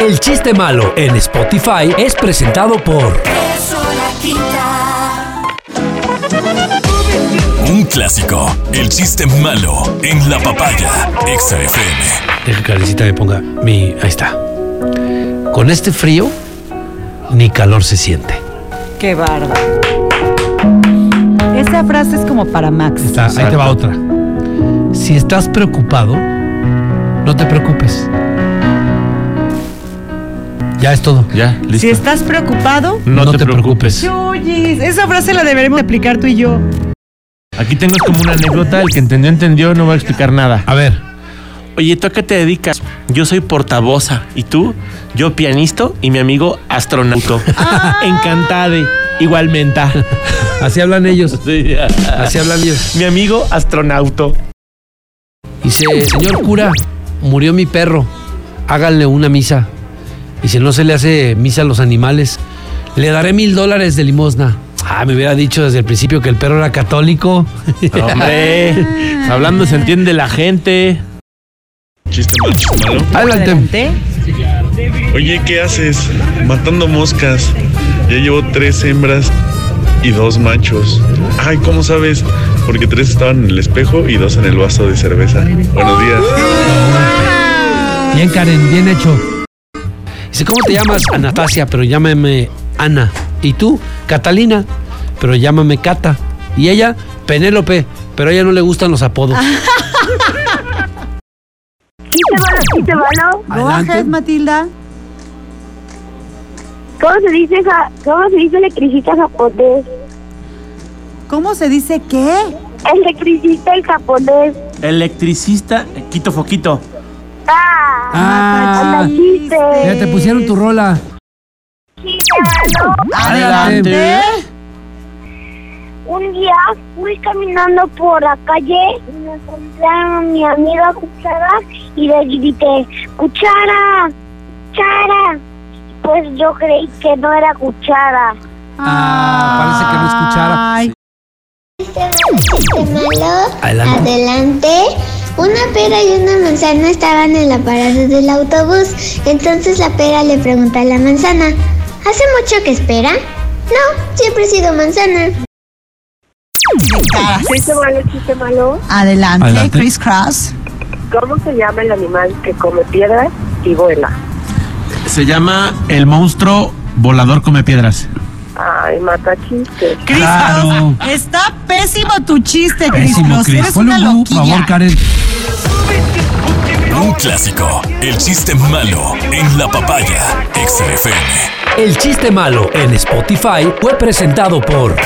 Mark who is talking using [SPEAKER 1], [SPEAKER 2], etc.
[SPEAKER 1] El chiste malo en Spotify es presentado por
[SPEAKER 2] Un clásico. El chiste malo en la papaya. Exa FM.
[SPEAKER 1] Deja que Alecita me ponga mi. Ahí está. Con este frío, ni calor se siente.
[SPEAKER 3] Qué bárbaro. Esa frase es como para Max.
[SPEAKER 1] Está- ahí te va otra. Si estás preocupado, no te preocupes. Ya es todo.
[SPEAKER 4] Ya, listo.
[SPEAKER 3] Si estás preocupado,
[SPEAKER 1] No, te, preocupes.
[SPEAKER 3] oyes. Esa frase la deberemos aplicar tú y yo.
[SPEAKER 4] Aquí tengo como una anécdota. El que entendió, entendió. No voy a explicar nada.
[SPEAKER 1] A ver,
[SPEAKER 4] Oye, ¿tú a qué te dedicas? Yo soy portavoza. ¿Y tú? Yo pianista y mi amigo astronauta.
[SPEAKER 3] Ah.
[SPEAKER 4] Encantade. Igualmente.
[SPEAKER 1] así hablan ellos.
[SPEAKER 4] Sí.
[SPEAKER 1] Así hablan ellos.
[SPEAKER 4] mi amigo astronauta.
[SPEAKER 1] Dice, señor cura, murió mi perro. Háganle una misa. Dice, no se le hace misa a los animales. Le daré mil dólares de limosna. Ah, me hubiera dicho desde el principio que el perro era católico.
[SPEAKER 4] Ah, Hombre, hablando se entiende la gente.
[SPEAKER 2] Chiste malo.
[SPEAKER 1] Adelante.
[SPEAKER 3] Adelante.
[SPEAKER 2] Oye, ¿qué haces? Matando moscas. Ya llevo tres hembras y dos machos. Ay, ¿cómo sabes? Porque tres estaban en el espejo y dos en el vaso de cerveza. Buenos días.
[SPEAKER 1] Bien, Karen, bien hecho. Dice, ¿cómo te llamas? Anastasia, pero llámame Ana. ¿Y tú? Catalina, pero llámame Cata. Y ella, Penélope, pero a ella no le gustan los apodos.
[SPEAKER 5] Chiste malo, chiste malo.
[SPEAKER 3] Go ahead, Matilda.
[SPEAKER 5] ¿Cómo se dice, ja- cómo se dice electricista japonés?
[SPEAKER 3] ¿Cómo se dice qué?
[SPEAKER 5] Electricista el japonés.
[SPEAKER 4] Electricista, quito foquito.
[SPEAKER 5] ¡Ah!
[SPEAKER 1] Ah,
[SPEAKER 5] anda, chiste.
[SPEAKER 1] ya te pusieron tu rola.
[SPEAKER 5] Chiste malo.
[SPEAKER 1] Adelante.
[SPEAKER 5] Un día fui caminando por la calle y me encontré a mi amiga Cuchara y le grité, ¡Cuchara! ¡Cuchara! Pues yo creí que no era Cuchara.
[SPEAKER 1] Ah, parece que no escuchara.
[SPEAKER 3] Ay,
[SPEAKER 1] Adelante.
[SPEAKER 5] Adelante. Una pera y una manzana estaban en la parada del autobús. Entonces la pera le pregunta a la manzana, ¿hace mucho que espera? No, siempre he sido manzana. Chiste malo, chiste malo.
[SPEAKER 3] adelante,
[SPEAKER 1] Adelante.
[SPEAKER 3] Chris Cross.
[SPEAKER 5] ¿Cómo se llama el animal que come piedras y vuela?
[SPEAKER 4] Se llama el monstruo volador come piedras.
[SPEAKER 5] Ay, mata chistes.
[SPEAKER 3] Chris
[SPEAKER 1] Claro.
[SPEAKER 3] Cross. Está pésimo tu chiste, Chris
[SPEAKER 1] Pésimo,
[SPEAKER 3] Cross.
[SPEAKER 1] Chris.
[SPEAKER 3] Eres una
[SPEAKER 1] Ponle un bu, por
[SPEAKER 3] loquilla.
[SPEAKER 1] favor, Karen.
[SPEAKER 2] Un clásico. El chiste malo en la papaya. Exa FM.
[SPEAKER 1] El chiste malo en Spotify fue presentado por